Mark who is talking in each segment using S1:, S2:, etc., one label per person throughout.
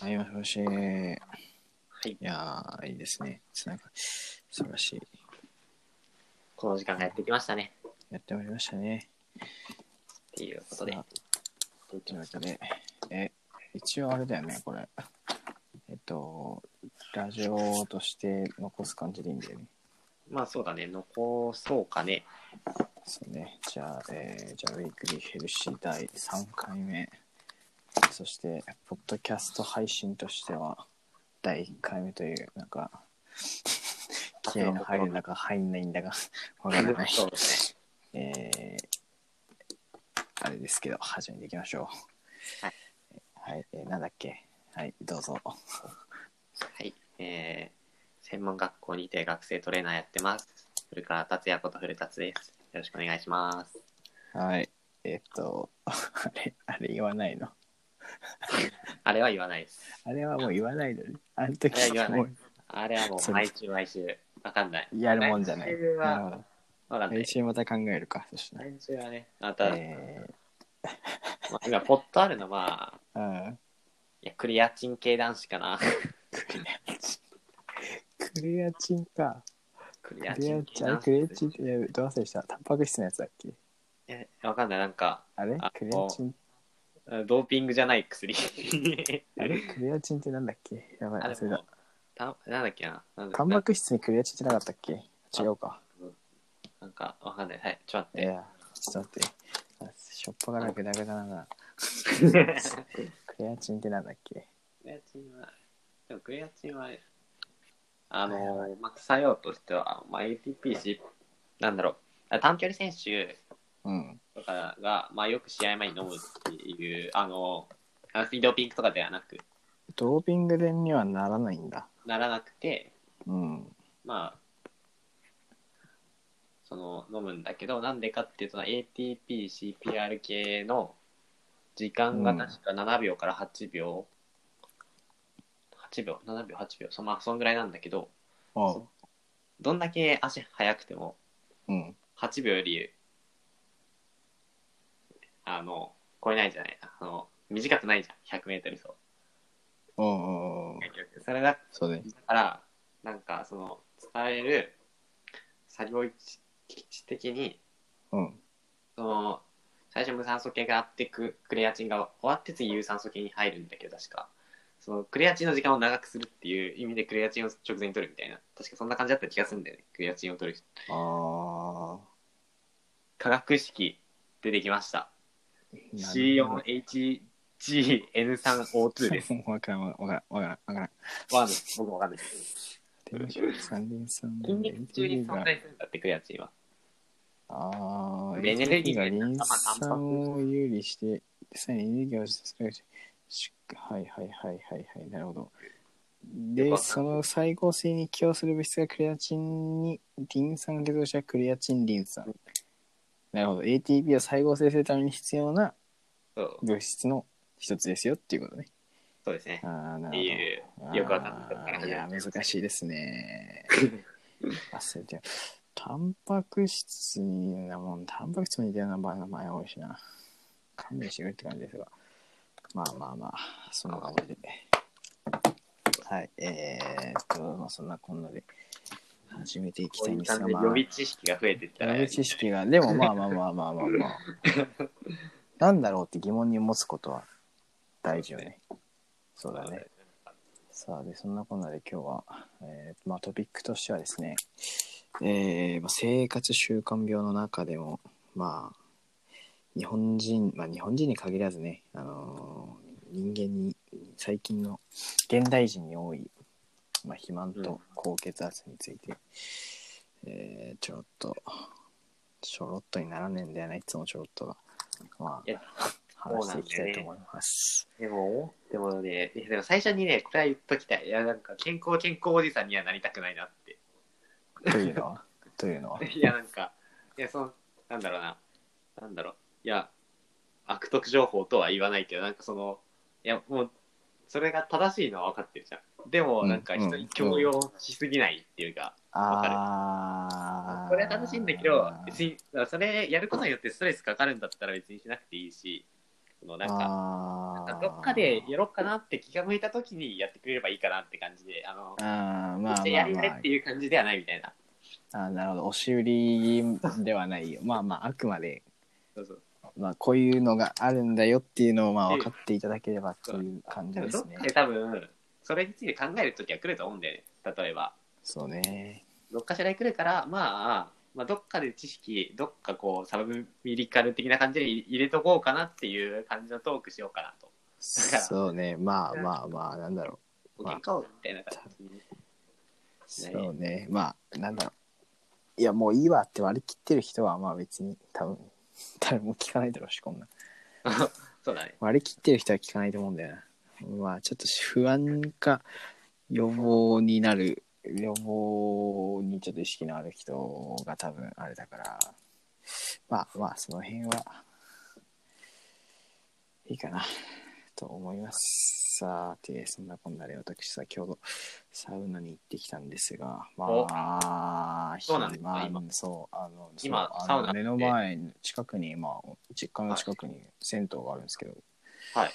S1: はい、もしもし。い
S2: い
S1: やー、いいですね。つなが、素晴らしい。
S2: この時間がやってきましたね。
S1: やっておりましたね。
S2: っていうことで。
S1: さあ
S2: やって
S1: と
S2: き
S1: いう
S2: ま
S1: わ
S2: し
S1: け
S2: たね
S1: で、え、一応あれだよね、これ。えっと、ラジオとして残す感じでいいんだよね。
S2: まあそうだね、残そうかね。
S1: そうね。じゃあ、えーじゃあ、ウィークリーヘルシー第3回目。そして、ポッドキャスト配信としては、第1回目という、なんか、気合の入るんだか入んないんだか、わからない。
S2: そうです
S1: えーあれですけど、始めていきましょう。
S2: はい。
S1: はい、えーなんだっけはい、どうぞ。
S2: ね。はい。えー、専門学校にて学生トレーナーやってます。古川達也こと古達です。よろしくお願いします。
S1: はい。えっと、 あれ、あれ言わないの。
S2: あれは言わないです。
S1: あれはもう言わないのね。あの時
S2: あれは言わない
S1: もう
S2: あれはもう
S1: そうで
S2: 毎
S1: す
S2: 週毎週、わかんない。
S1: やるもんじゃない。
S2: 来週は
S1: なるほど。
S2: わかんない
S1: 来。週また考えるか。そしたら。
S2: 来週はね、また、
S1: え
S2: まあ、今、ポッとあるのは、
S1: ー、うん。
S2: いやクリアチン系男子かな。
S1: クレアチン。クレアチンか。
S2: ク
S1: ク
S2: リ
S1: レ
S2: ア
S1: ア
S2: チ
S1: チ
S2: ン
S1: ン
S2: 系、
S1: あれ
S2: 男
S1: クレアチ
S2: 子
S1: ンって、いやどう忘れした。タンパク質のやつだっけ
S2: え。わかんない、なんか、
S1: あれ
S2: あ
S1: クレアチン。
S2: ドーピングじゃない薬。
S1: あれクレアチンってなんだっけやばい、
S2: あれ
S1: 忘れた。
S2: たなんだっけななんだ
S1: タンパク質にクリアチンってなかったっけ違うか。
S2: なんかわかんない。はい、ちょっと
S1: い
S2: 待って。
S1: や、ちょっと待って。あしょっぱからグダグダだな。クレアチンってなんだっけ
S2: クレアチンは、でもクレアチンは、あのー、まあ、作用としては、まあ、ATP し、なんだろう、あ短距離選手
S1: うん。
S2: とかが、まあ、よく試合前に飲むっていう、あのー、アンフィドーピングとかではなく、
S1: ドーピングでにはならないんだ。
S2: ならなくて、
S1: うん。
S2: まあ、その飲むんだけど、なんでかっていうと、ATP、CPR 系の時間が確か7秒から8秒、8秒、7秒、8秒、そまあ、そんぐらいなんだけど、
S1: おう
S2: そ。どんだけ足速くても、
S1: うん。
S2: 8秒より、あの、超えないじゃない、あの、短くないじゃん、100メートル走。
S1: おうおうおう
S2: それだ
S1: そうね。
S2: だから、なんか、その、使える作業位置的に、
S1: うん。
S2: その、最初無酸素系があってク、クレアチンが終わって次有酸素系に入るんだけど、確か。その、クレアチンの時間を長くするっていう意味でクレアチンを直前に取るみたいな。確かそんな感じだった気がするんだよね。クレアチンを取る人。
S1: あ
S2: 化学式出てきました。
S1: ー。
S2: C4HGN3O2 で す。
S1: もうわからんわからんわからんわからん。
S2: ワード、僕もわかんないです。
S1: 三輪さん
S2: 筋肉中に存在するんだって、クレアチンは。
S1: ああ、
S2: エネルギー
S1: が
S2: が
S1: リ
S2: リ
S1: ン
S2: ン
S1: 酸
S2: 酸
S1: を有利して、さらにエネルギーを実現する。しはいはいはいはいはい、なるほど。
S2: よく
S1: で、
S2: わかんない
S1: その再合成に寄与する物質がクレアチンに、リン酸が結合したクレアチンリン酸。なるほど。ATP を再合成するために必要な
S2: そう、
S1: 物質の一つですよっていうことね。
S2: そうですね。
S1: ああ、な
S2: っ
S1: る
S2: て
S1: ほど。
S2: い
S1: あ、ー
S2: うよくわかんないことから
S1: い
S2: 始
S1: や
S2: ま、る。
S1: 難しいです ね。忘れてるタンパク質になもん、タンパク質に似たような場合の前多いしな。勘弁してくれって感じですが。まあまあまあ、そんな感じで。はい、えー、っと、まあそんなこんなで始めていき
S2: こ
S1: たい
S2: うい
S1: ん
S2: う
S1: です
S2: 感
S1: が、
S2: じで
S1: ま
S2: 予
S1: あ、
S2: 備知識が増えていったら、
S1: 予備知識が、でもまあまあまあまあまあまあ。 なんだろうって疑問に持つことは大事よね。そうだね。さあでそんなこんなで今日は、えーまあ、トピックとしてはですね、えーまあ、生活習慣病の中でもまあ日本人、まあ、日本人に限らずね、あのー人間に最近の現代人に多い、まあ、肥満
S2: うん
S1: と高血圧について、えーちょろっとちょろっとにならねえんだよないつもちょろっとが、ま
S2: いや
S1: あ、話していきたいと思います。
S2: でも、でもね、いやでも最初にね、これは言っときたい。いや、なんか、健康健康おじさんにはなりたくないなって。
S1: というのはというのは
S2: いや、なんか、いや、その、なんだろうな。なんだろう。いや、悪徳情報とは言わないけど、なんかその、いや、もう、それが正しいのは分かってるじゃん。でも、なんか
S1: うん
S2: 人に強要しすぎないっていうか、わかる
S1: ああ。
S2: これは正しいんだけど、別に、それやることによってストレスかかるんだったら別にしなくていいし、そのなんか
S1: あ
S2: なん
S1: ー
S2: かどっかでやろうかなって気が向いた時にやってくれればいいかなって感じであの
S1: あーまあまあ
S2: めっちゃやり
S1: ま
S2: やれっていう感じではないみたいな
S1: ああーなるほど押し売りではないよまあまああくまで、
S2: そうそう
S1: まあ、こういうのがあるんだよっていうのをまあ分かっていただければっていう感じ
S2: 多分
S1: で
S2: ど
S1: す
S2: っ
S1: ね
S2: かで多分それについて考える時は来ると思うんだよね例えば
S1: そうね
S2: どっかしらに来るからまあまあ、どっかで知識、どっかこうサブミリカル的な感じで入れとこうかなっていう感じのトークしようかなと。
S1: そうねまあまあまあなんだろうまあ
S2: 喧嘩をみたいな感じに
S1: そうねまあなんだろういやもういいわって割り切ってる人はまあ別に多分誰も聞かないだろうしこんな
S2: そうだね。
S1: 割り切ってる人は聞かないと思うんだよなまあちょっと不安か予防になる予防にちょっと意識のある人が多分あれだからまあまあその辺はいいかなと思いますさてそんなこんなで私先ほどサウナに行ってきたんですが
S2: お
S1: まあ
S2: そうなんですか
S1: まあ
S2: 今
S1: そうあのそう
S2: 今
S1: あの
S2: サウナって
S1: 目の前近くにまあ実家の近くに銭湯があるんですけど
S2: はい。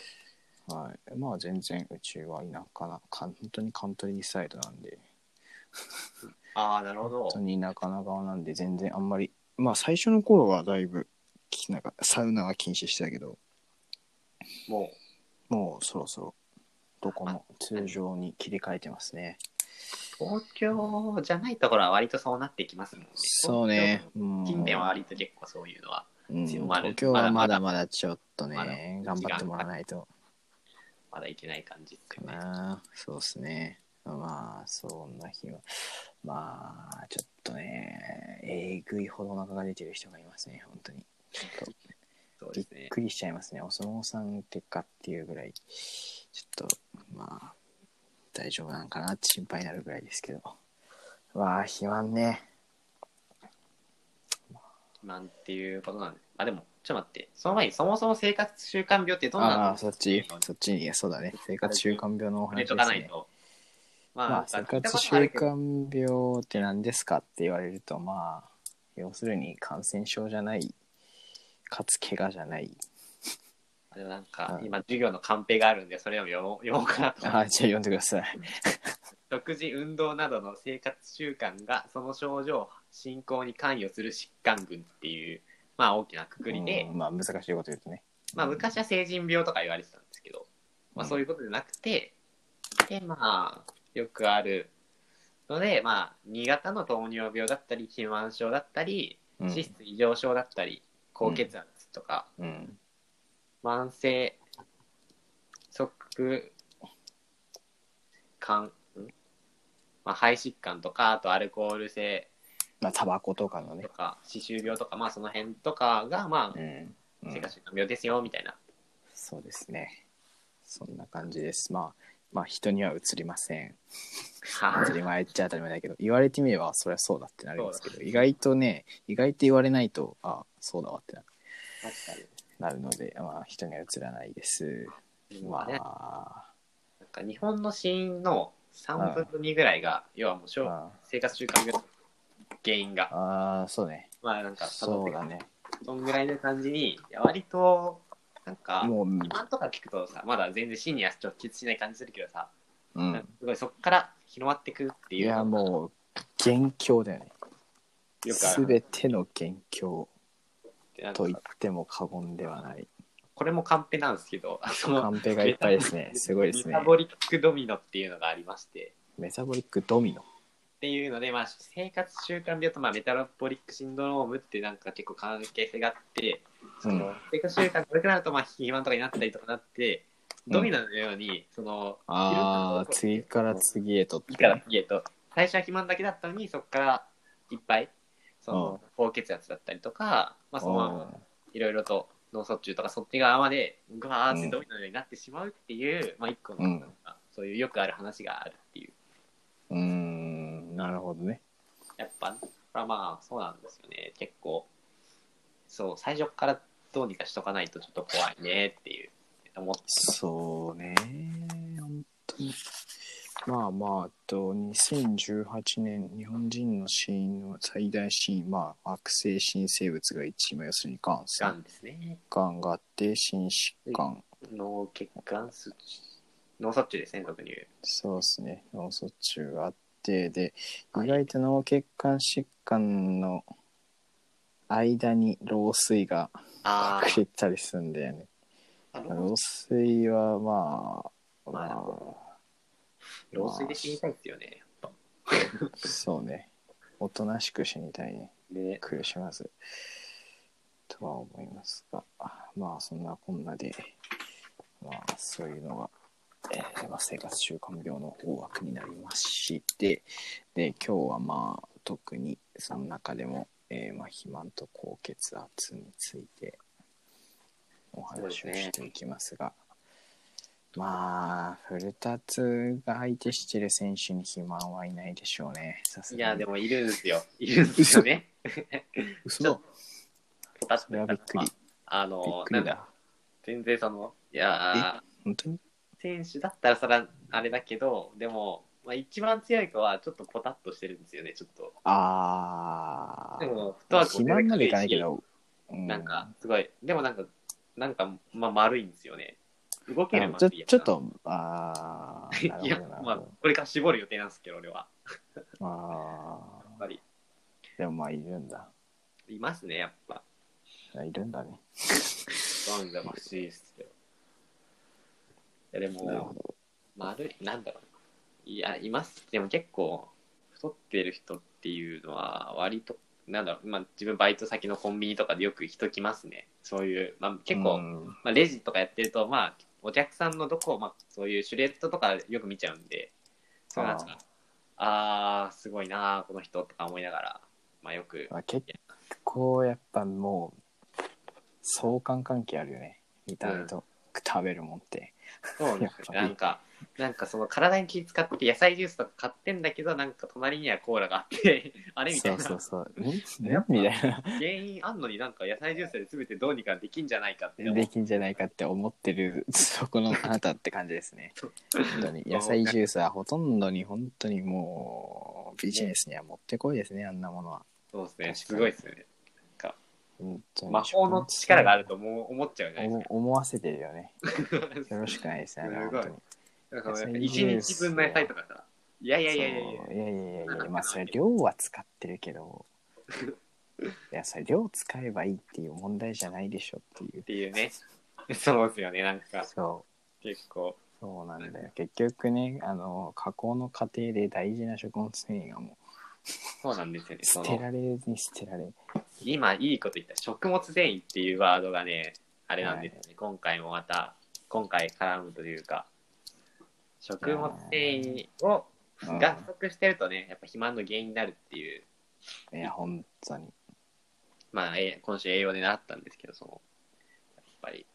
S1: はい、まあ全然うちは田舎なかん本当にカントリーサイドなんで
S2: ああ、なるほど
S1: 本。当に田舎な側なんで全然あんまりまあ最初の頃はだいぶきなんかサウナは禁止してたけど
S2: もう、
S1: もうそろそろどこも通常に切り替えてますね
S2: 東京じゃないところは割とそうなってきますもんね。
S1: そうね
S2: 東京近辺は
S1: り、
S2: 割と結構そういうのは。
S1: うん、
S2: 強まる
S1: 東京はまだまだちょっと
S2: まだ
S1: ね頑張ってもらわないと
S2: まだいけない感じって
S1: か
S2: いうね。
S1: なそうですねまあそんな日はまあちょっとねえぐいほどお腹が出てる人がいますね本当にちょっと
S2: そう
S1: び
S2: で
S1: っ
S2: すね。
S1: くりしちゃいますねお相撲さんってかっていうぐらいちょっとまあ大丈夫なんかなって心配になるぐらいですけどわあ肥満ね
S2: 肥満っていうことなんで。あ、でも、ちょっと待って。その前に、そもそも生活習慣病ってどんな
S1: ああ
S2: の
S1: そっちそっちにいやそうだね生活習慣病のお
S2: 触
S1: 話
S2: れと
S1: で
S2: か
S1: す
S2: ない
S1: ね
S2: と。
S1: ま
S2: ま
S1: あ、
S2: あ、
S1: 生
S2: 聞い
S1: 活
S2: たこと
S1: 習
S2: あるけど
S1: 慣病って何ですかって言われるとまあ要するに感染症じゃないかつ怪我じゃない
S2: あでもなんか、
S1: うん
S2: 今、授業のカンペがあるんで、それを読もう 読もうかなと
S1: あ。ーじゃあ読んでください
S2: 食事、運動などの生活習慣が、その症状、進行に関与する疾患群っていう、まあ、大きなくくりで、
S1: うんまあ難しいこと言うとね
S2: まあ、昔は成人病とか言われてたんですけど、まあ、そういうことじゃなくて、で、まあ、よくあるので、まあ、2型の糖尿病だったり、肥満症だったり、
S1: うん
S2: 脂質異常症だったり、高血圧とか、
S1: うん
S2: 慢性、足管、んまあ、肺疾患とか、あとアルコール性
S1: まあタバコとかのね
S2: とか、歯周病とか、まあ、その辺とかが、ま
S1: う
S2: あ、
S1: ん、うん
S2: 生活習慣病ですよ、みたいな。
S1: そうですねそんな感じですまあまあ人にはうつりません当たり前っちゃ当たり前だけど言われてみればそりゃそうだってなりますけど
S2: そうだ
S1: 意外とね意外と言われないとあそうだわってな
S2: 確かに。
S1: なるのでまあ人にはうつらないですま
S2: まあね、
S1: あ
S2: なんか日本の死因の3分の2ぐらいが、要はもうしょう
S1: あ
S2: 生活習慣病の原因が、
S1: あーそうね
S2: まあなんか、
S1: そうだね
S2: そんぐらいの感じに、いや割と、なんか、
S1: もううん
S2: 肥満とか聞くとさ、まだ全然死には直結しない感じするけどさ、
S1: う
S2: な
S1: ん
S2: んかすごいそこから広まってくって
S1: い
S2: いう。
S1: やもう元凶だよね
S2: よくある
S1: 全ての元凶
S2: なんか
S1: と言っても過言ではない
S2: これもカンペなんですけど、あの
S1: カンペがいっぱいですねすごいです
S2: メ
S1: ね
S2: タボリックドミノっていうのがありまして、
S1: メタボリックドミノ
S2: っていうので、まあ、生活習慣病と、まあ、メタボリックシンドロームってなんか結構関係性があって、その
S1: うん
S2: 生活習慣が悪くなると、まあ、肥満とかになったりとかなって、
S1: うん
S2: ドミノのように、その、
S1: ああ次から次へとって
S2: 次から次へと、最初は肥満だけだったのに、そこからいっぱい、その、高血圧だったりとか、まあ、そのまま、いろいろと脳卒中とかそっち側までグワーってドミノのようになってしまうっていう、まあ一個の、
S1: うん
S2: なんかそういうよくある話があるっていう
S1: うんうーんなるほどね
S2: やっぱこれはまあそうなんですよね結構そう最初からどうにかしとかないとちょっと怖いねっていう思って
S1: そうね本当にまあまあ、えっと、2018年、日本人の死因の最大死因、まあ、悪性新生物が一、まあ、要するにがんですね
S2: がんですね。
S1: がんがあって、心疾患、
S2: 脳血管卒脳卒中ですね、特に言う。
S1: そうですね、脳卒中があって、で、意外と脳血管疾患の間に老衰が
S2: あ
S1: 隠れてたりするんだよね。
S2: あ、老
S1: 老衰はまあ、
S2: まあ
S1: ま
S2: 老衰で死にたいですよね、やっぱ。
S1: あ、そうね、おとなしく死にたいね。
S2: ね。
S1: 苦しまずとは思いますがまあそんなこんなでまあそういうのが、えーまあ、生活習慣病の大枠になりましてで今日はまあ特にその中でも、えーまあ、肥満と高血圧についてお話
S2: そう
S1: を
S2: ですね
S1: していきますが。まあ、古田津が相手してる選手に肥満はいないでしょうね。さす
S2: い
S1: がに
S2: や、でもいるんですよ。いるんですよね。
S1: 嘘
S2: ちょ
S1: だ
S2: っ。確
S1: それはびっくり。
S2: あ
S1: び
S2: の
S1: っ、く
S2: なん
S1: り
S2: だ、
S1: だ。
S2: 全然その、いや
S1: 本当に
S2: ー、選手だったらそら、あれだけど、でも、まあ、一番強い子はちょっとポタッとしてるんですよね、ちょっと。
S1: あ
S2: でも、フット
S1: あ。
S2: ワーク
S1: 肥
S2: も
S1: 満までいかない
S2: 軽
S1: け
S2: いし
S1: ど、う
S2: なんか、すごい、でもなんか、なんか、まあ、丸いんですよね。動け
S1: ち
S2: れ
S1: ょ
S2: ば
S1: ちょ
S2: いいやつ
S1: ちょっと、ああ、
S2: い
S1: なる
S2: や
S1: ほど、なる
S2: まあ
S1: ほ、
S2: これから絞る予定なんですけど、俺は。
S1: ど。
S2: やっ
S1: ああ
S2: ぱり。
S1: ー、でもまあ、いるんだ。
S2: いますね、やっぱ。
S1: いるんだね。
S2: なんだ、まあ、しいっすよ。いや、で
S1: なるほ
S2: も、
S1: ど。
S2: 丸い、なんだろう。いや、います。でも結構、太ってる人っていうのは、割と、なんだろう、まあ、自分バイト先のコンビニとかでよく人来ますね。そういう、まあ、結構、
S1: うん
S2: まあ、レジとかやってると、まあ、お客さんのどこを、まあ、そういうシュレットとかよく見ちゃうんで、そうなんですか。あー、すごいなーこの人とか思いながら、まあ、よく、
S1: まあ、結構、やっぱもう、相関関係あるよね。見た目と食べるもんって。
S2: そうね
S1: やっぱり
S2: なんか、なんかその体に気使って野菜ジュースとか買ってんだけど、なんか隣にはコーラがあって、 あれみたい
S1: そう
S2: な
S1: そうそう。んん み
S2: やっぱ
S1: たいな。
S2: 原因あんのになんか野菜ジュースで全てどうにかできんじゃないかって思う
S1: できんじゃないかって思ってる そこのあなたって感じですね。
S2: そう
S1: 本当に野菜ジュースはほとんどに本当にもうビジネスにはもってこいですねあんなものは。
S2: そうですね、
S1: 確か
S2: す
S1: に
S2: ごいですよね。
S1: 本当に
S2: 魔法の力があ
S1: る
S2: ると思う思っちゃうじゃない
S1: 思
S2: で
S1: 思わせてるよね。
S2: すか。
S1: よろしくないですね。あれ
S2: す
S1: は
S2: ごい
S1: 本当に
S2: なんか
S1: 野
S2: やっ
S1: 菜
S2: ぱ
S1: ジ
S2: 一
S1: ュー
S2: 日
S1: ス
S2: 分の野菜とかさ、いやいやいやいやいや
S1: そういやいやいやいやまあそれ量は使ってるけどいやそれ量使えばいいっていう問題じゃないでしょっていう
S2: っ。ていうね。 そうですよね、なんか
S1: そう
S2: 結構。
S1: そうなんだよ結局ねあの加工の過程で大事な食物繊維がも
S2: そうなんですよね。
S1: う
S2: そ
S1: 捨て
S2: の
S1: られずに捨てられ
S2: 今いいこと言った食物繊維っていうワードがね、あれなんですよね。今回もまた、今回絡むというか、食物繊維を
S1: うん
S2: が不足してるとね、やっぱ肥満の原因になるっていう、
S1: いや本当に
S2: まあ、え今週栄養で習ったんですけど、その、やっぱり、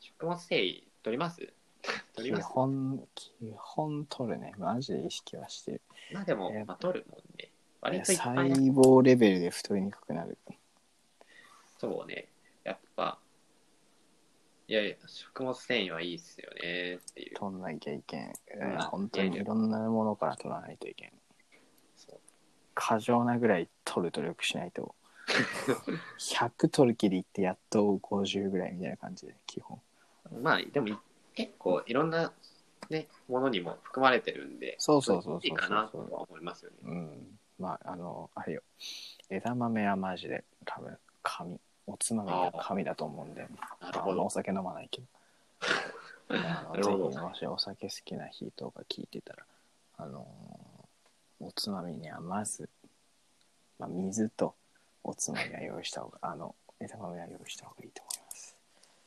S2: 食物繊維取ります 取
S1: 基
S2: ります
S1: 本基本取るねマジで意識はしてる
S2: まあでも
S1: え、
S2: まあ、取るもんね。割といっぱ
S1: 細
S2: い
S1: 胞レベルで太りにくくなる
S2: そうね。やっぱ、いやいや、食物繊維はいいっすよねっていう。
S1: 取んなきゃいけん、
S2: ん
S1: うん本当にいろんなものから取らないといけん
S2: そう
S1: 過剰なぐらい取る努力しない と100取るきりってやっと50ぐらいみたいな感じで基本
S2: まあ、でもい、結構いろんな、ね、ものにも含まれてるんで、
S1: そうそうそうそう
S2: いいかなとは思いますよね。
S1: うんまああのあれよ枝豆はマジで多分神おつまみが神だと思うんで
S2: なる
S1: あ
S2: ほ
S1: の
S2: ど
S1: お。酒飲まない けどあ
S2: なるほ
S1: の
S2: ど
S1: ぜひもしお酒好きな人が聞いてたらあのーおつまみにはまず、まあ、水とおつまみは用意した方があの枝豆は用意した方がいいと思います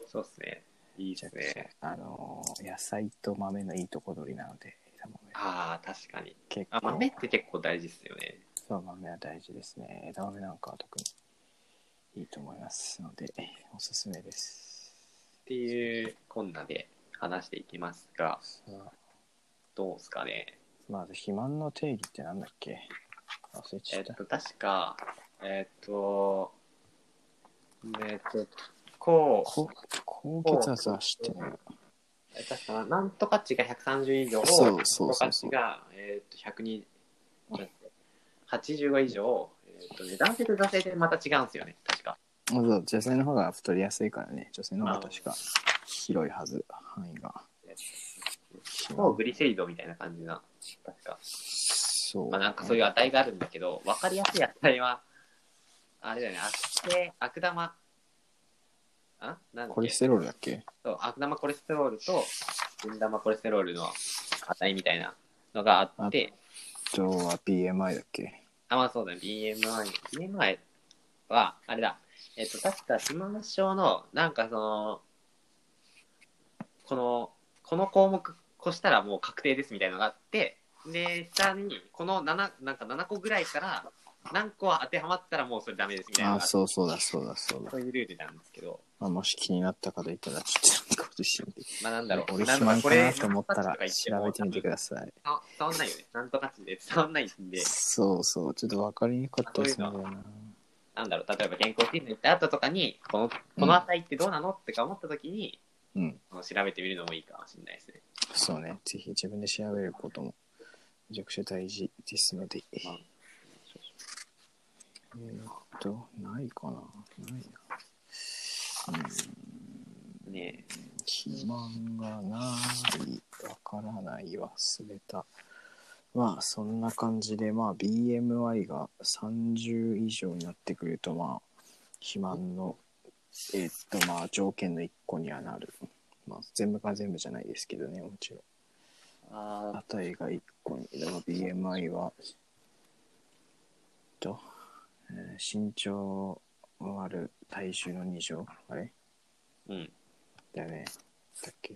S2: そうですね。いいですね。
S1: あのー野菜と豆のいいとこ取りなので枝豆
S2: ああ、確かに。
S1: 結
S2: あ、
S1: 構
S2: 豆って結構大事っすよね。
S1: そう、豆は大事ですね。枝豆なんかは特にいいと思いますので、おすすめです。
S2: っていう、こんなで話していきますが、
S1: さあ
S2: どうですかね。
S1: まず、肥満の定義ってなんだっけ忘れち
S2: え
S1: ゃ
S2: っ
S1: った。
S2: と、確か、えっと、えっと、こう、
S1: こ高血圧は知ってない。
S2: え確かなんとか値が130以上を
S1: そうそうそう
S2: なんとか
S1: そう
S2: 値が、えー、と120 85以上、えーとね、男性と女性でまた違うんですよね確か
S1: まず女性の方が太りやすいからね女性の方が確か広いはず範囲が
S2: もうグリセリドみたいな感じな確か
S1: そう、
S2: まあなんかそういう値があるんだけど、わかりやすい値は、あれだよね、悪性、悪玉、あなんだ
S1: コ
S2: っ
S1: レ
S2: け
S1: ステロールだっけ
S2: そう悪玉コレステロールと、善玉コレステロールの値みたいなのがあって、
S1: あとは BMI だっけ
S2: あ、まあそうだね、BMI。BMI は、あれだ、えっ、と、確か、島の症の、なんかその、この、この項目越したらもう確定ですみたいなのがあって、で、下に、この7、なんか7個ぐらいから、何個当てはまったらもうそれダメですみたいなの
S1: あ
S2: がって
S1: そうそうだそうだそうだ
S2: そういうルールなんですけど、
S1: まあ、もし気になった方いたら、ちょっとなんかことしてみて。
S2: まあなんだろう、
S1: 俺
S2: なん
S1: 暇
S2: とか
S1: かなと思ったら、
S2: これ
S1: 調べてみてください。
S2: 伝わ伝わんないよね。なんとか値で伝わんないんで、
S1: そうそう、ちょっと分かりにくかったですね。
S2: なんだろう、例えば健康診断行った後とかに、この、この値ってどうなのってか思った時に、
S1: うん、
S2: もう調べてみるのもいいかもしれないですね。
S1: そうね。ぜひ自分で調べることも、めちゃくちゃ大事ですので。え
S2: うん
S1: ーっと、ないかな。ないな。うん、
S2: ねえ
S1: 肥満がない、わからない、忘れた。まあ、そんな感じで、まあ、BMI が30以上になってくると、まあ、肥満の、えーっと、まあ、条件の一個にはなる。まあ、全部が全部じゃないですけどね、もちろん。
S2: あー
S1: 値が1個に、だから BMI は、えっと、えー身長割る体重の2乗、あれ
S2: うん、
S1: だよね。だっけ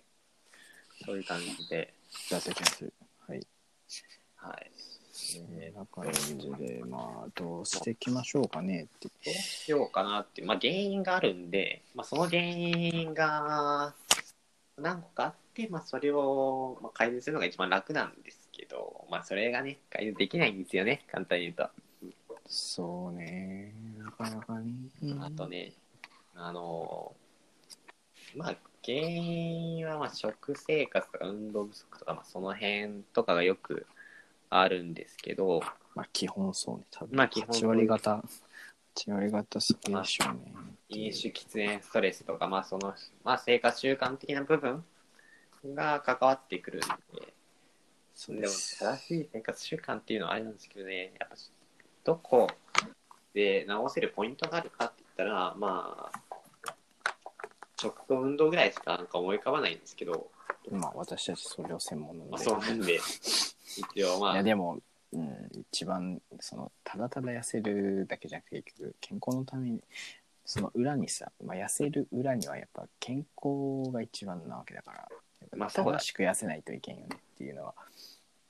S2: そういう感じで、
S1: だった気がする。はい。
S2: はい。
S1: えー、な感じで、まあ、どうしていきましょうかねって。
S2: どうしようかなっていう、まあ、原因があるんで、まあ、その原因が何個かあって、まあ、それをまあ改善するのが一番楽なんですけど、まあ、それがね、改善できないんですよね、簡単に言うと。
S1: そうね。なかなかね。
S2: あとね、あのーまあ、原因はまあ食生活とか運動不足とか、まあ、その辺とかがよくあるんですけど、
S1: まあ、基本そうね。多分、
S2: まあ基本
S1: 8割方、8割方すげえでしょうね。
S2: 飲酒、喫煙、ストレスとか、まあそのまあ、生活習慣的な部分が関わってくるんで、
S1: そう
S2: で
S1: で
S2: も
S1: す。
S2: 正しい生活習慣っていうのはあれなんですけどね、やっぱどこで直せるポイントがあるかって言ったら、まあ、食と運動ぐらいしかなんか思い浮かばないんですけど、
S1: まあ、私たちそれを専門なの
S2: まあ、
S1: で。
S2: そうなんで、一応ま
S1: い
S2: あ
S1: や、、でも、うん、一番、その、ただただ痩せるだけじゃなくて、結局、健康のために、その裏にさ、まあ、痩せる裏にはやっぱ健康が一番なわけだから、
S2: まあそうだ
S1: 正しく痩せないといけんよねっていうのは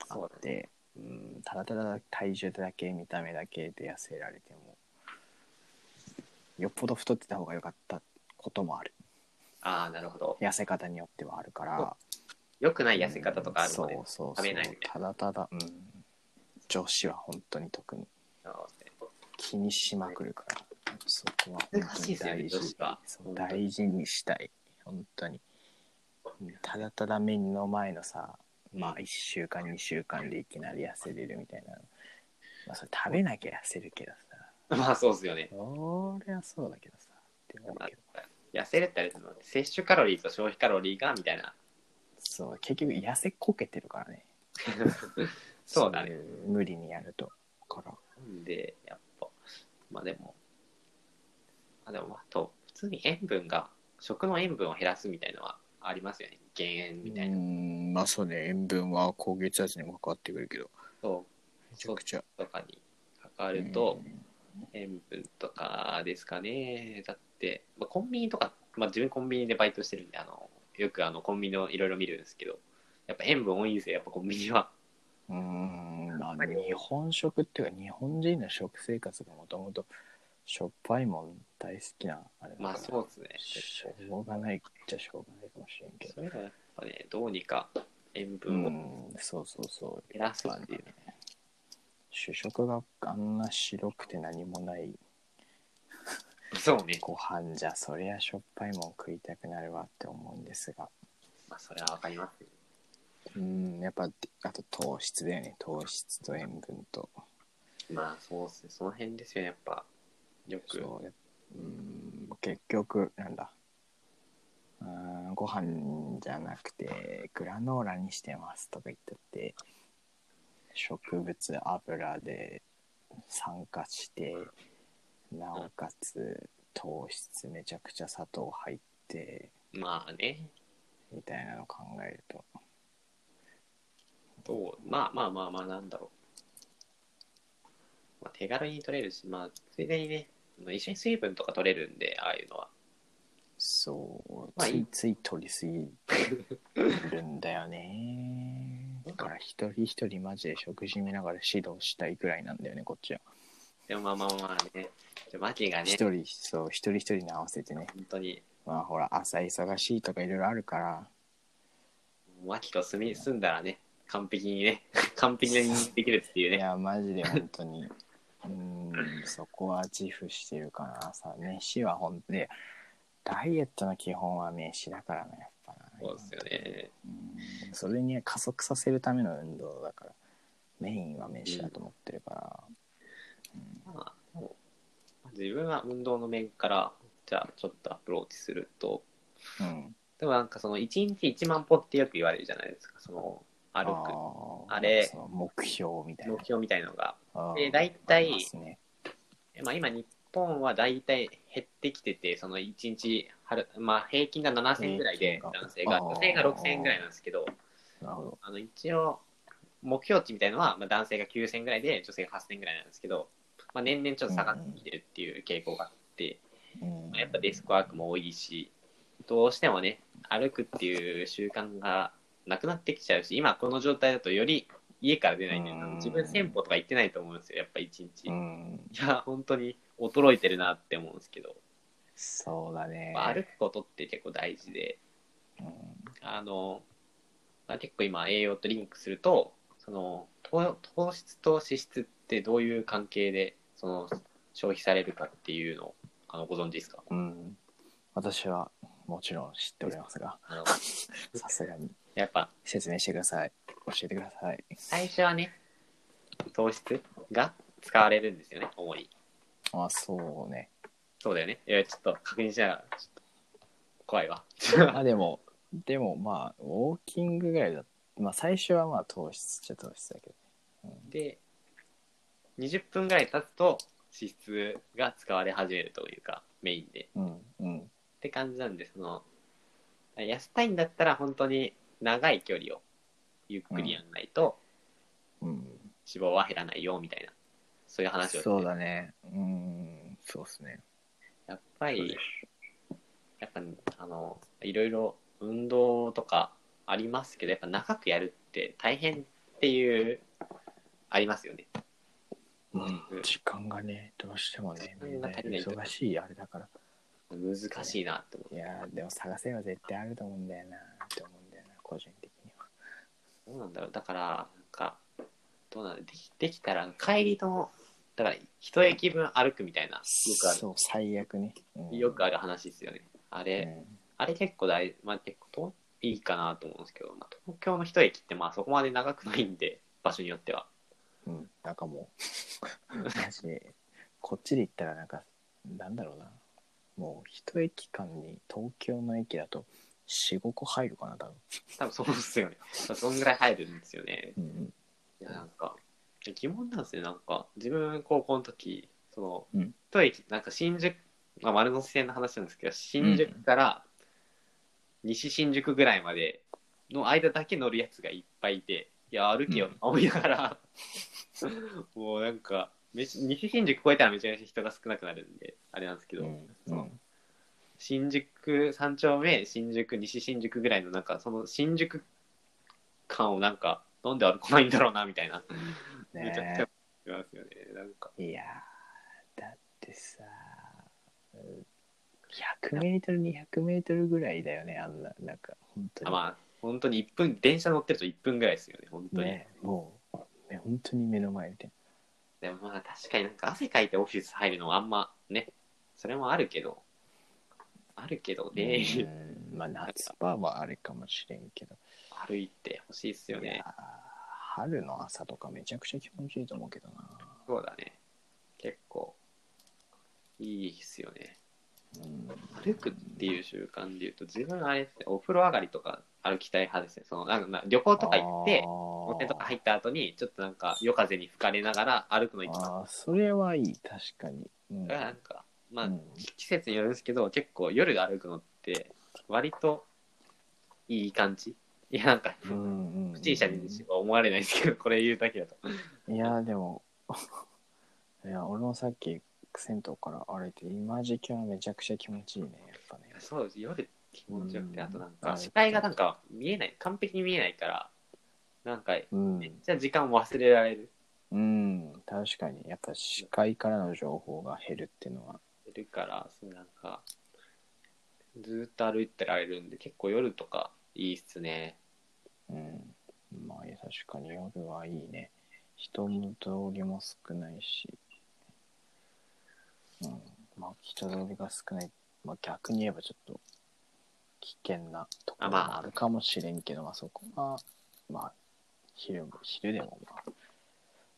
S1: あ
S2: そう
S1: っ
S2: だね
S1: て、うん、ただただ体重だけ、見た目だけで痩せられても、よっぽど太ってた方が良かったこともある。
S2: ああ、なるほど。
S1: 痩せ方によってはあるから。
S2: そう良くない痩せ方とかある
S1: そ
S2: の
S1: う
S2: で、
S1: そうそ
S2: 食
S1: う
S2: べないみた
S1: ただただ、うん、女子は本当に特に
S2: あ
S1: 気にしまくるから、そこは本
S2: 難
S1: 当
S2: しい
S1: に
S2: ですよね
S1: 大
S2: 女
S1: 事
S2: 子は
S1: そう大事にしたい本当にただただ目の前のさまあ1週間2週間でいきなり痩せれるみたいな、まあ、それ食べなきゃ痩せるけどさ
S2: のまあそうですよね。
S1: そりゃそうだけどさって思う
S2: ま
S1: けど
S2: あ痩せるってあれですもんね摂取カロリーと消費カロリーがみたいな。
S1: そう結局痩せこけてるからね
S2: そうだね。
S1: いう無理にやるとだから
S2: なんで、やっぱ、まあでも、まあでも、あと、普通に塩分が、食の塩分を減らすみたいのはありますよね。減塩みたいうな。
S1: んまあそうね塩分は高血圧にも関わってくるけど
S2: そ
S1: めちゃくちゃ
S2: うとかに関わると、塩分とかですかね。だって、まあ、コンビニとか、まあ、自分コンビニでバイトしてるんで、あのよくあのコンビニのいろいろ見るんですけど、やっぱ塩分多いんですよ、やっぱコンビニは。
S1: うんうんまあ日本食っていうか日本人の食生活がもともとしょっぱいもん大好きなあれだから
S2: まあそうですね。
S1: しょうがないっちゃしょうがないかもしれんけど
S2: それはやっぱね、どうにか塩
S1: う
S2: 分を
S1: んそうそうそう
S2: 減らすっていう、
S1: 主食があんな白くて何もない
S2: そうね。
S1: ご飯じゃそりゃしょっぱいもん食いたくなるわって思うんですが
S2: まあ、それはわかります。
S1: うん、やっぱ、あと糖質だよね。糖質と塩分と。
S2: まあ、そうっすね。その辺ですよね、やっぱ。よく。
S1: そうやうん、結局、なんだ。うん、ご飯じゃなくて、グラノーラにしてますとか言ったって、植物油で酸化して、なおかつ糖質めちゃくちゃ砂糖入って、
S2: まあね。
S1: みたいなの考えると。
S2: どうまあまあまあまあ、なんだろう。まあ、手軽に取れるし、まあ、ついでにね、あの一緒に水分とか取れるんで、ああいうのは。
S1: そう、
S2: まあ
S1: つ
S2: い
S1: い
S2: い
S1: つい取りすぎるんだよ ね。だから一人一人マジで食事見ながら指導したいくらいなんだよね、こっちは。
S2: でもまあまあまあね。じゃマキがね、
S1: 一人、そう、一人一人に合わせてね。
S2: 本当に、
S1: まあほら、朝忙しいとかいろいろあるから、
S2: マキと住み住んだらね、完璧にね、 完璧にできるっていう
S1: い
S2: ね。
S1: や、マジで本当に、 うーん、そこは自負してるかな。さ、飯は本当で、ダイエットの基本は飯だからね、やっぱな。
S2: そうですよね。
S1: うんそれに加速させるための運動だからメインは飯だと思ってるから、
S2: まあ、もう自分は運動の面から、じゃあちょっとアプローチすると、
S1: うん
S2: でもなんかその1日1万歩ってよく言われるじゃないですか、その
S1: あ
S2: 歩く
S1: ー
S2: あれ
S1: その目標みたいな
S2: 目標みたいのが。
S1: あー
S2: で大体
S1: ありますね
S2: まあ、今日本は大体減ってきてて、その1日はる、まあ、平均が7000円ぐらいで
S1: 平均が
S2: 男性が、
S1: あー
S2: 女性が6000円ぐらいなんですけど、
S1: なるほど
S2: あの一応、目標値みたいのは、まあ、男性が9000円ぐらいで女性が8000円ぐらいなんですけど、まあ、年々ちょっと下がってきてるっていう傾向があって。
S1: うん
S2: まあやっぱデスクワークも多いし、どうしてもね、歩くっていう習慣がなくなってきちゃうし、今この状態だとより家から出ないんで、
S1: うん
S2: 自分店舗とか行ってないと思うんですよ、やっぱ一日。
S1: う
S2: い
S1: ん
S2: や、本当に衰えてるなって思うんですけど、
S1: そうだね、
S2: まあ歩くことって結構大事で、
S1: うん
S2: あの、まあ、結構今栄養とリンクすると、その糖糖質と脂質ってどういう関係でその消費されるかっていうのをあのご存知ですか
S1: うん私はもちろん知っております が
S2: あの
S1: さすがに
S2: やっぱ
S1: 説明してください教えてください
S2: 最初はね糖質が使われるんですよね主に
S1: あそう ね
S2: そうだよねいやちょっと確認しながらちょっと怖 いわ
S1: あでもでもまあウォーキングぐらいだまあ最初はまあ糖質っちゃ糖質だけど
S2: で20分ぐらい経つと脂質が使われ始めるというかメインでっ
S1: うんうん
S2: て感じなんでその痩せたいんだったら本当に長い距離をゆっくりやんないと
S1: うん
S2: 脂肪は減らないよみたいなそういう話をして
S1: そうだねうんそうですね
S2: やっぱ
S1: そうで
S2: り
S1: す
S2: やっぱあのいろいろ運動とかありますけどやっぱ長くやるって大変っていうありますよね。
S1: うん時間がねどうしてもね
S2: 時間が足りない
S1: 忙しいあれだから
S2: 難しいなって思
S1: いやーでも探せば絶対あると思うんだよなって思うんだよな個人的には
S2: う。どうなんだろうだからなんかどうなんだろうできできたら帰りのだから一駅分歩くみたいなよくあ
S1: そう最悪ね、うん
S2: るよくある話ですよね。あれ、
S1: うん
S2: あれ結構大まあ結構といいかなと思うんですけど、まあ、東京の一駅ってまあそこまで長くないんで場所によっては。
S1: うん、なんかもう マジでこっちで行ったらなんかなんだろうなもう一駅間に東京の駅だと45個入るかな多分、
S2: 多分そうですよね。 そんぐらい入るんですよね。
S1: うん
S2: いやなんか疑問なんですねなんか自分高校の時その、
S1: うん
S2: 一駅なんか新宿、まあ、丸の内線の話なんですけど新宿から西新宿ぐらいまでの間だけ乗るやつがいっぱいいていや歩けよ
S1: うん
S2: 思いながら、 もうなんかめし西新宿越えたらめちゃめちゃ人が少なくなるんであれなんですけ
S1: う
S2: ど、
S1: ん
S2: そう
S1: うん
S2: 新宿三丁目新宿西新宿ぐらいのなんかその新宿感をなんかなんで歩かないんだろうなみたいな。めちゃくちゃ
S1: ね
S2: 思いますよね。なんか、
S1: えいやーだってさ 100m200m ぐらいだよねあんななんか本当
S2: あ
S1: に、
S2: まあ、本当に一分、電車乗ってると1分ぐらいですよね、本当に。
S1: ねもうね本当に目の前みたい
S2: でもまあ、確かになんか汗かいてオフィス入るのはあんまね、それもあるけど、あるけど
S1: な
S2: ね、
S1: うんまあ夏場はあれかもしれんけど。
S2: 歩いてほしいっすよ
S1: い
S2: ね
S1: や。ー春の朝とかめちゃくちゃ気持ちいいと思うけどな。
S2: そうだね。結構、いいっすよね。
S1: うん、
S2: 歩くっていう習慣で言うと、自分あれですね、お風呂上がりとか歩きたい派ですね。そのなんかな旅行とか行って、温泉とか入った後に、ちょっとなんか夜風に吹かれながら歩くの
S1: あ
S2: 一番。
S1: ーあー、それはいい、確かに。うん
S2: だからなんか、まあ、
S1: うん
S2: 季節によるんですけど、結構夜歩くのって、割といい感じ。いや、なんか、
S1: うんうんうん
S2: 不審者にしか思われないですけど、これ言うだけだと。
S1: いやーでも いや俺もさっき銭湯から歩いて今時期はめちゃくちゃ気持ちいいねやっぱね
S2: そうです、夜気持ちよくて、
S1: うん
S2: あとなん
S1: は
S2: か、
S1: い
S2: 視界がなんか見えない、完璧に見えないから、なんか、
S1: うん
S2: めっちゃ時間忘れられる
S1: うん確かにやっぱ視界からの情報が減るっていうのは
S2: るから、そうなんか、ずーっと歩いてられるんで、結構夜とかいいっすね。
S1: うんまあ確かに夜はいいね人も通りも少ないしうんまあ人通りが少ないまあ逆に言えばちょっと危険なところ
S2: あまあ
S1: もあるかもしれんけどまあそこはまあ昼も昼でも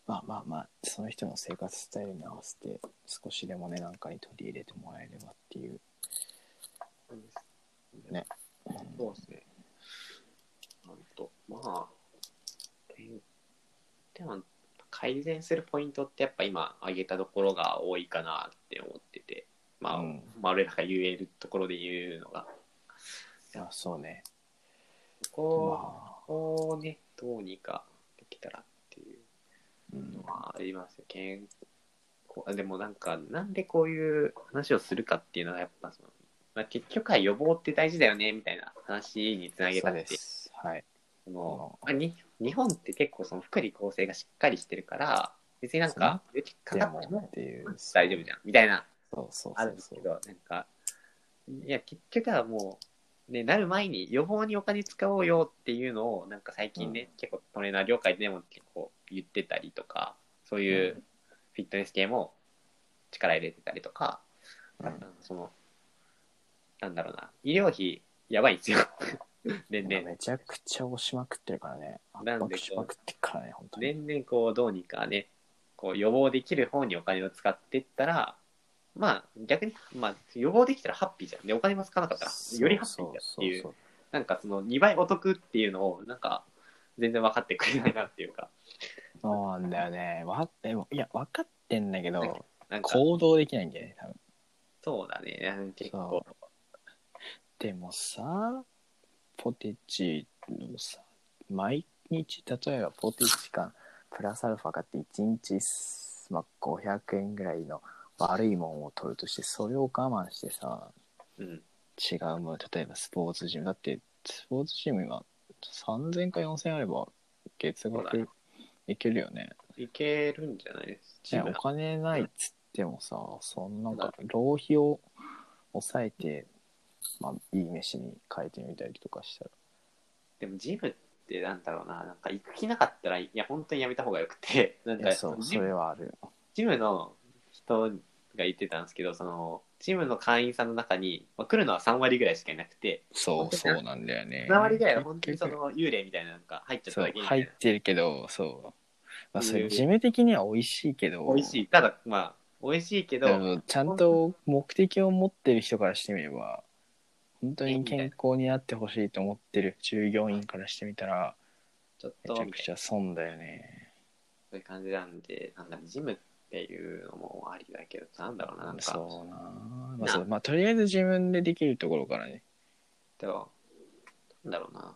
S1: まあまあまあまあその人の生活スタイルに合わせて少しでもねなんかに取り入れてもらえればっていう、ね
S2: そうですね。ほんと、まあ、てんでも、改善するポイントってやっぱ今挙げたところが多いかなって思ってて、まあ、
S1: うん
S2: まあ俺らが言えるところで言うのが、
S1: いやそうね
S2: ここ
S1: まあ
S2: をね、どうにかできたらってい
S1: う
S2: う
S1: ん
S2: のはありますよ。健康あでもなんか、なんでこういう話をするかっていうのはやっぱその、まあ、結局は予防って大事だよねみたいな話につなげ
S1: そ
S2: た
S1: う
S2: っ
S1: で
S2: て
S1: すはい
S2: そのまあ、に日本って結構その福利厚生がしっかりしてるから別になんかか
S1: で
S2: かっ
S1: も
S2: ても
S1: っていう
S2: 大丈夫じゃんみたいな
S1: そうそう
S2: あ
S1: そ
S2: るん
S1: う
S2: です
S1: そ
S2: け
S1: う。
S2: どなんかいや結局はもう、ね、なる前に予防にお金使おうよっていうのをなんか最近ね、結構トレーナー業界でも結構言ってたりとかそういううフィットネス系も力入れてたりとか、
S1: うん
S2: なんかそのなんだろうな医療費やばいんですよ 年々。
S1: めちゃくちゃ押しまくってるからね。圧
S2: なんで
S1: 迫
S2: こう
S1: しまくってるからね、本当に。
S2: 年々こうどうにかねこう予防できる方にお金を使っていったらまあ逆に、まあ、予防できたらハッピーじゃんでお金も使わなかったらよりハッピーじゃんっていう
S1: そそ
S2: なんかその2倍お得っていうのをなんか全然分かってくれないなっていうか
S1: そうそうなんだよね。わでもいや、分かってんだけ
S2: なんか
S1: ど、
S2: なんか
S1: 行動できないんだよね、多分。
S2: そうだね結構
S1: でもさ、ポテチのさ、毎日、例えばポテチか、プラスアルファ買って1日、まあ、500円ぐらいの悪いもんを取るとして、それを我慢してさ、
S2: うん
S1: 違うもの例えばスポーツジムだってスポーツジム今3000か4000あれば月
S2: そうだね
S1: 額いけるよね
S2: いけるんじゃないです
S1: ねお金ないっつってもさそんなんか浪費を抑えて、まあ、いい飯に変えてみたりとかしたら
S2: でもジムってなんだろうななんか行く気なかったらいや本当にやめた方がよくてなん
S1: い
S2: か
S1: やそう
S2: ジ
S1: そ
S2: ム
S1: れはある
S2: ジムの人が言ってたんですけど、その、ジムの会員さんの中に、まあ、来るのは3割ぐらいしかいなくて、
S1: そう
S2: そう
S1: なんだよね
S2: 7割ぐらいは本当にその幽霊みたいなのが入っちゃった
S1: そう
S2: だけみたい
S1: 入
S2: な
S1: ってるけどそう、まあ、そ
S2: い
S1: れ
S2: う
S1: ジム的には美味しいけど
S2: 美味しい。ただ、まあ、美味しいけど、
S1: でもちゃんと目的を持ってる人からしてみれば本当に健康になってほしいと思ってる従業員からしてみたら
S2: ちょっ
S1: め
S2: と、
S1: ち
S2: そ
S1: ゃくちゃ損だよね
S2: ういう感じなんで、なんだろう、ジムっていうのもありだけど、なんだろうな、なんか、
S1: そうなあまあそうまあとりあえず自分でできるところからね
S2: でもなんだろうな。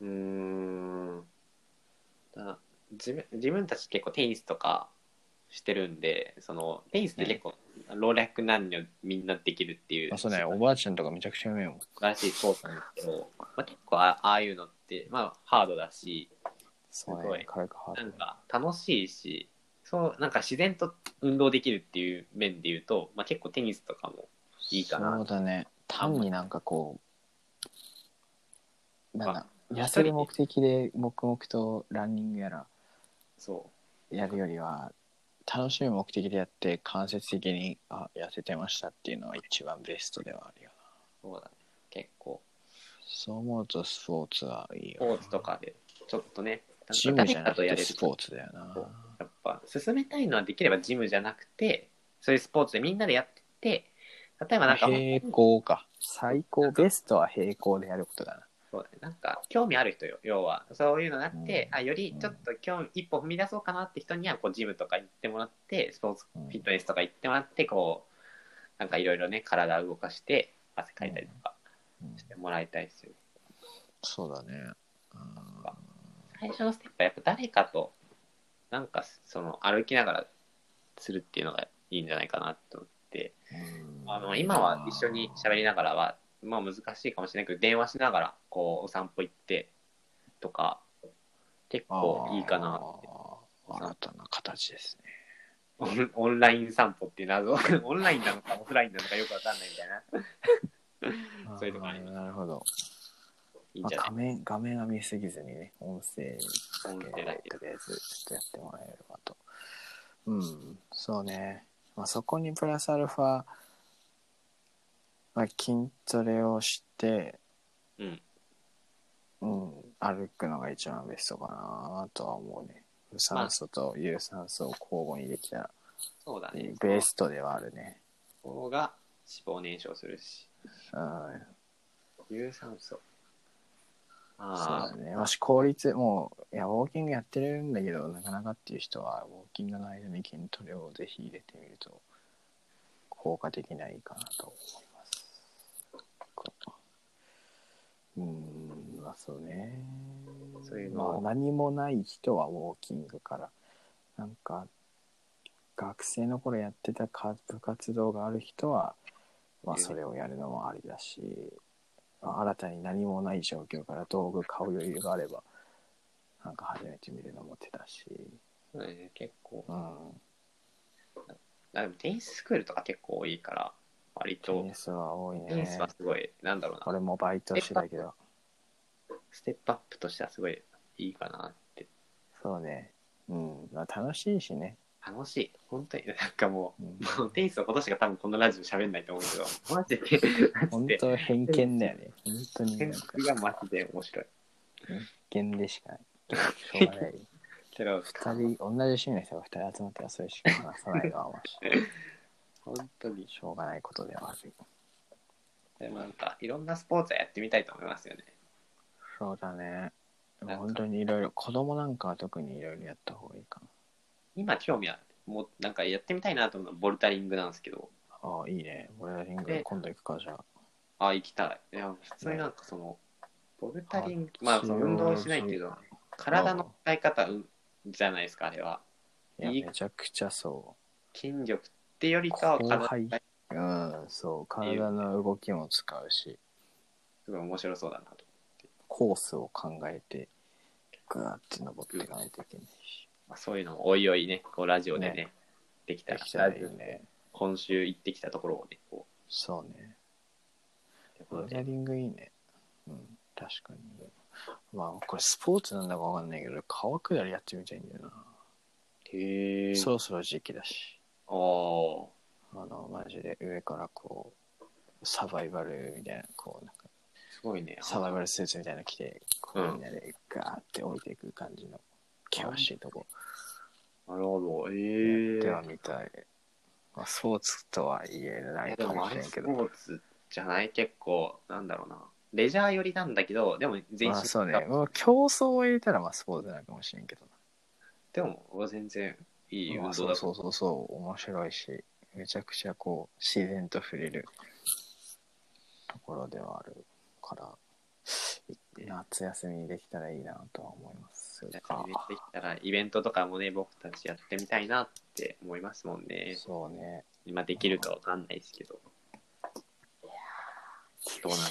S2: うーん。だ自分自分たち結構テニスとかしてるんで、そのテニスって結構、老若男女みんなできるっていう、
S1: まあそうね
S2: 素
S1: おばあちゃんとかめちゃくちゃうめえもん
S2: 晴らしいスポーツなんですけど、まあ、結構あああいうのって、まあ、ハードだし、
S1: そう
S2: すご
S1: ね
S2: い
S1: 軽くハー
S2: なん
S1: ド
S2: か楽しいし、そうなんか自然と運動できるっていう面で言うと、まあ、結構テニスとかもいいかな
S1: そうだね単になんかこうなんだ痩せる目的で黙々とランニングやら
S2: そう
S1: やるよりは楽しむ目的でやって間接的にあ痩せてましたっていうのは一番ベストではあるよ
S2: そうだね。結構、
S1: そう思うとスポーツはいい
S2: スポ
S1: よ
S2: ーツとかで、ちょっとね、
S1: ジム
S2: 誰
S1: じゃな
S2: かと
S1: く
S2: や
S1: て
S2: れる
S1: スポーツだよな
S2: そうやっぱ、進めたいのはできればジムじゃなくて、そういうスポーツでみんなでやってて、例えばなんか、
S1: 平行か最高ベストは平行でやることだな
S2: そうだね、なんか興味ある人よ、要は、そういうのがあって、
S1: うん
S2: あよりちょっと興味、一歩踏み出そうかなって人には、こう、ジムとか行ってもらって、スポーツ、
S1: うん
S2: フィットネスとか行ってもらって、こう、なんかいろいろね、体を動かして、汗かいたりとか
S1: うん
S2: してもらいたいですよね。
S1: そうだねうん
S2: 最初のステップは、やっぱ誰かと、なんか、その、歩きながらするっていうのがいいんじゃないかなと思って、あの今は一緒に喋りながらは、まあ、難しいかもしれないけど電話しながらこうお散歩行ってとか結構いいかなって
S1: あー新たな形ですね
S2: オンオンライン散歩っていう謎 オンラインなのかオフラインなのかよくわかんないみたいなそういうとこありま
S1: あ
S2: す
S1: ーなるほど、
S2: いいん
S1: ま
S2: じゃ
S1: あ
S2: な
S1: 画面画面は見すぎずにね音声
S2: い音
S1: だけ
S2: 声だ
S1: で
S2: け
S1: とりあえずちょっとやってもらえればとうんそうね、まあ、そこにプラスアルファ、まあ、筋トレをして
S2: うん
S1: うん、歩くのが一番ベストかなとは思うね。無酸素と有酸素を交互にできたら、
S2: そうだね
S1: ベストではあるね。
S2: その方が脂肪燃焼するし
S1: うん、
S2: 有酸
S1: そ
S2: 素
S1: う
S2: あ
S1: だね。もし効率、もう、いや、ウォーキングやってるんだけど、なかなかっていう人は、ウォーキングの間に筋トレをぜひ入れてみると、効果的ないいかなと思います。うーん、まあそうね。
S2: そういう
S1: ま
S2: の
S1: あ
S2: を
S1: 何もない人はウォーキングから、なんか、学生の頃やってたか部活動がある人は、まあそれをやるのもありだし、まあ新たに何もない状況から道具買う余裕があれば、なんか初めて見るのも手だし、
S2: そうだね結構
S1: うん。
S2: あでもテニススクールとか結構多いから割
S1: テ
S2: と
S1: ニスは多い
S2: テニス
S1: ね。
S2: はすごいなんだろうな
S1: 俺もバイトしてたけど、
S2: ステップアップとしてはすごいいいかなって
S1: そうね。うん。まあ楽しいしね。
S2: 楽しい本当になんかも
S1: うん
S2: うもうテニスのことしか多分このラジオ喋んないと思うけどマジで マ
S1: 本
S2: ジで
S1: 当偏見だよね。本当になん
S2: 天
S1: か
S2: 気がマジで面白い
S1: 偏見でしかない。しょうがない。
S2: けど
S1: 二人、同じ趣味の人が二人集まったらそれしか 話さないのは、まあ、
S2: 本当に
S1: しょうがないことではある。
S2: でもなんかいろんなスポーツはやってみたいと思いますよね
S1: そうだね。でも本当にいろいろ、子供なんかは特にいろいろやった方がいいかな。
S2: 今興味はもうなんかやってみたいなと思うのはボルタリングなんですけど
S1: ああ、いいね。ボルダリング
S2: で
S1: 今度行くか、じゃあ。
S2: あ行きたいいや普通になんかそのボルタリング
S1: あ
S2: まあその運動をしないっていうのは体
S1: あ
S2: の使い方うんじゃないですかあれはい
S1: や、
S2: いい
S1: めちゃくちゃそ
S2: 筋力ってより
S1: う。
S2: かは
S1: 後
S2: 体の使い
S1: 輩。うん、そう。体の動きも使うし、
S2: すごい面白そうだなと
S1: コースを考えて、ぐーって登っていかないといけないし。
S2: まあ、そういうのもおいおいね、こうラジオでね、
S1: ね
S2: できた
S1: で
S2: ら、
S1: きたらいいね。
S2: 今週行ってきたところをね、こ
S1: そうね。
S2: う、と
S1: ボ
S2: ころ
S1: ルダ
S2: で
S1: リングいいね。うん、確かに。まあ、これスポーツなんだかわかんないけど、川下りやってみたいんだよな。
S2: へぇ
S1: そ
S2: そう。
S1: ろそろ時期だし、
S2: お
S1: あの、マジで上からこう、サバイバルみたいな、こう、なんか、
S2: ーすごいね。
S1: サバイバルスーツみたいなの着て、こう
S2: うん
S1: みんなでガーって降りていく感じの、険しいとこ、
S2: なるほど。へ
S1: や
S2: ぇ
S1: っては
S2: ー。
S1: みたい。まあ、スポーツとは言えない
S2: え
S1: か
S2: でも
S1: も
S2: あ
S1: し
S2: れ
S1: れん
S2: ス
S1: け
S2: ポ
S1: ど、
S2: ーツじゃない結構、なんだろうな。レジャー寄りなんだけど、でも全身、
S1: まあそうね、もう競争を入れたらまあスポーツなのかもしれんけどな。
S2: でも全然いい運動
S1: まあ
S2: だ
S1: そう
S2: と
S1: そうそうそう面白いしめちゃくちゃこう自然と触れるところではあるからい夏休みにできたらいいなとは思います
S2: やっ
S1: が
S2: ぱりできたらイベントとかもね僕たちやってみたいなって思いますもんね
S1: そうね
S2: 今できるかわかんないですけどどうなんだ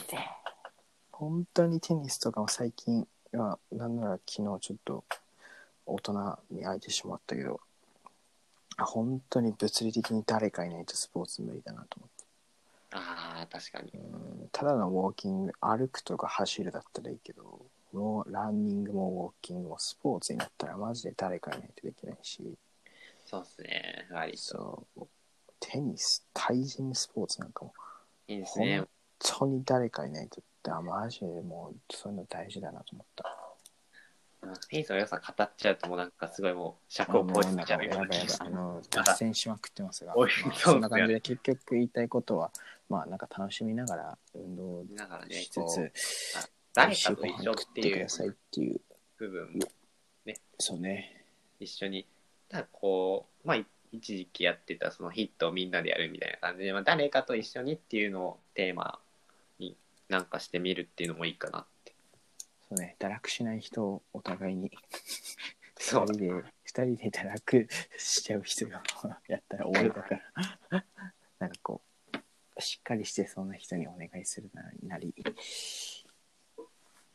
S1: 本当にテニスとかも最近はなんなら昨日ちょっと大人に会えてしまったけどあ本当に物理的に誰かいないとスポーツ無理だなと思って。
S2: ああ確かに
S1: うんただのウォーキング歩くとか走るだったらいいけどもうランニングもウォーキングもスポーツになったらマジで誰かいないとできないし
S2: そうですね。はい。
S1: そうテニス対人スポーツなんかも
S2: いいです
S1: 本
S2: ね。
S1: 当に誰かいないとって、あ、マジでもう、そういうの大事だなと思った。
S2: うんテニスの良さ語っちゃうともうなんかすごいもう
S1: あ
S2: 尺
S1: の
S2: を超えて
S1: なん
S2: ち
S1: か
S2: ゃ
S1: もう
S2: うよ
S1: や
S2: う
S1: ば
S2: ない
S1: やば
S2: 気が
S1: い
S2: す
S1: あ
S2: る
S1: の脱線しまくってますが、
S2: おい
S1: まあ
S2: そうですね
S1: そんな感じで結局言いたいことは、まあなんか楽しみながら運動
S2: だからね
S1: しつ
S2: こう
S1: つ、
S2: 誰かと一緒っ
S1: 食っててく
S2: いう
S1: ださいっていう、
S2: 部分も
S1: そうね。
S2: 一緒にただこうまあい一時期やってたそのヒットをみんなでやるみたいな感じで、まあ、誰かと一緒にっていうのをテーマになんかしてみるっていうのもいいかなって
S1: そうね、堕落しない人をお互いに 2
S2: そう
S1: 人で二人で堕落しちゃう人がやったら俺だから なんかこうしっかりしてそうな人にお願いするなり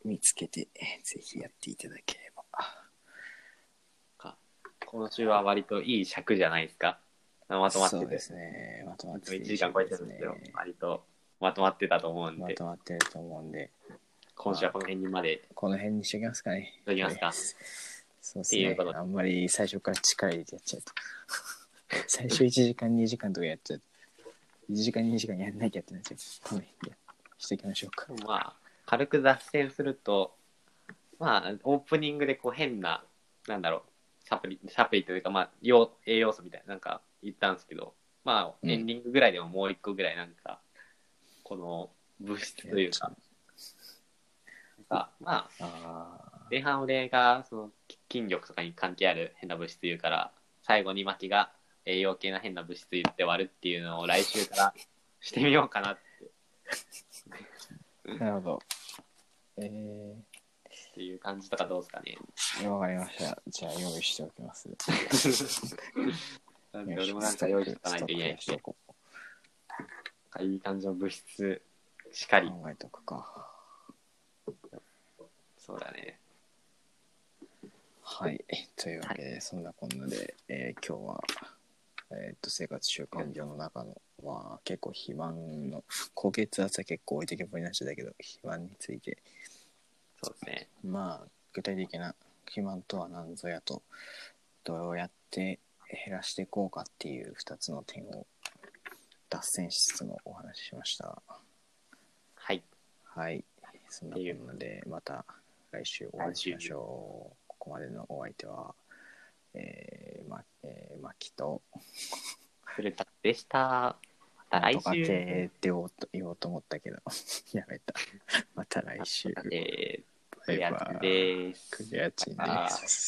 S1: 見つけてぜひやっていただければ
S2: 今週は割といい尺じゃないですかまとまって
S1: そう
S2: て
S1: ですねまとまって
S2: 1時間超えてるんですけど、
S1: ね
S2: 割とまとまってたと思うん
S1: ま
S2: で
S1: とまってると思うんで
S2: 今週はこの辺にまで
S1: この辺にしときますかね
S2: しときますか
S1: そうです
S2: ってい
S1: ね
S2: うことで
S1: あんまり最初から力入れてやっちゃうと 最初1時間2時間とかやっちゃうと1時間2時間やんなきゃってなっちゃうごめんしていきましょうか
S2: まあ、軽く脱線すると、まあ、オープニングでこう変な、なんだろう、サプリ、サプリというか、まあ、要栄養素みたいな、なんか言ったんですけど、まあ、
S1: うん
S2: エンディングぐらいでももう一個ぐらい、なんか、この物質というか、なんかまあ、
S1: あ
S2: 前半俺がその筋力とかに関係ある変な物質言うから、最後にマキが栄養系な変な物質言って終わるっていうのを来週からしてみようか
S1: あ
S2: な
S1: なるほどえ
S2: っていう感じとかどうですかね。
S1: ー、わかりましたじゃあ用意しておきます
S2: なんで俺もなんか用意しとかないといけないですね。
S1: 考
S2: いい感じの物質しかり。
S1: えとくか
S2: そうだね。
S1: はいというわけで、そんなこんなで、えー今日は、えーっと生活習慣病の中の、まあ、結構肥満の高血圧は結構置いてけぼりになっちゃったけど肥満について
S2: そうですね。
S1: まあ具体的な肥満とは何ぞやとどうやって減らしていこうかっていう2つの点を脱線しつつもお話ししました
S2: はい。
S1: はいそんなこんなでまた来週お会いしましょうここまでのお相手はえー、ま、えー、まきと、
S2: 古田でした。また
S1: なん
S2: 来
S1: とかてっ
S2: 週。
S1: て言おうと言おうと思ったけど、 やめた。また来週。
S2: で、
S1: バイ
S2: や
S1: バ
S2: つ
S1: イ。
S2: です。
S1: クリアチンです。